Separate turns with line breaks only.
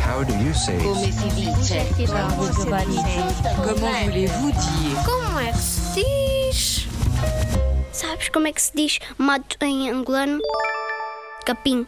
How do you say it?
Come si dice?
Como se diz?
Comment voulez-vous dire?
Como é que se diz?
Sabes como é que se diz mato em angolano? Capim.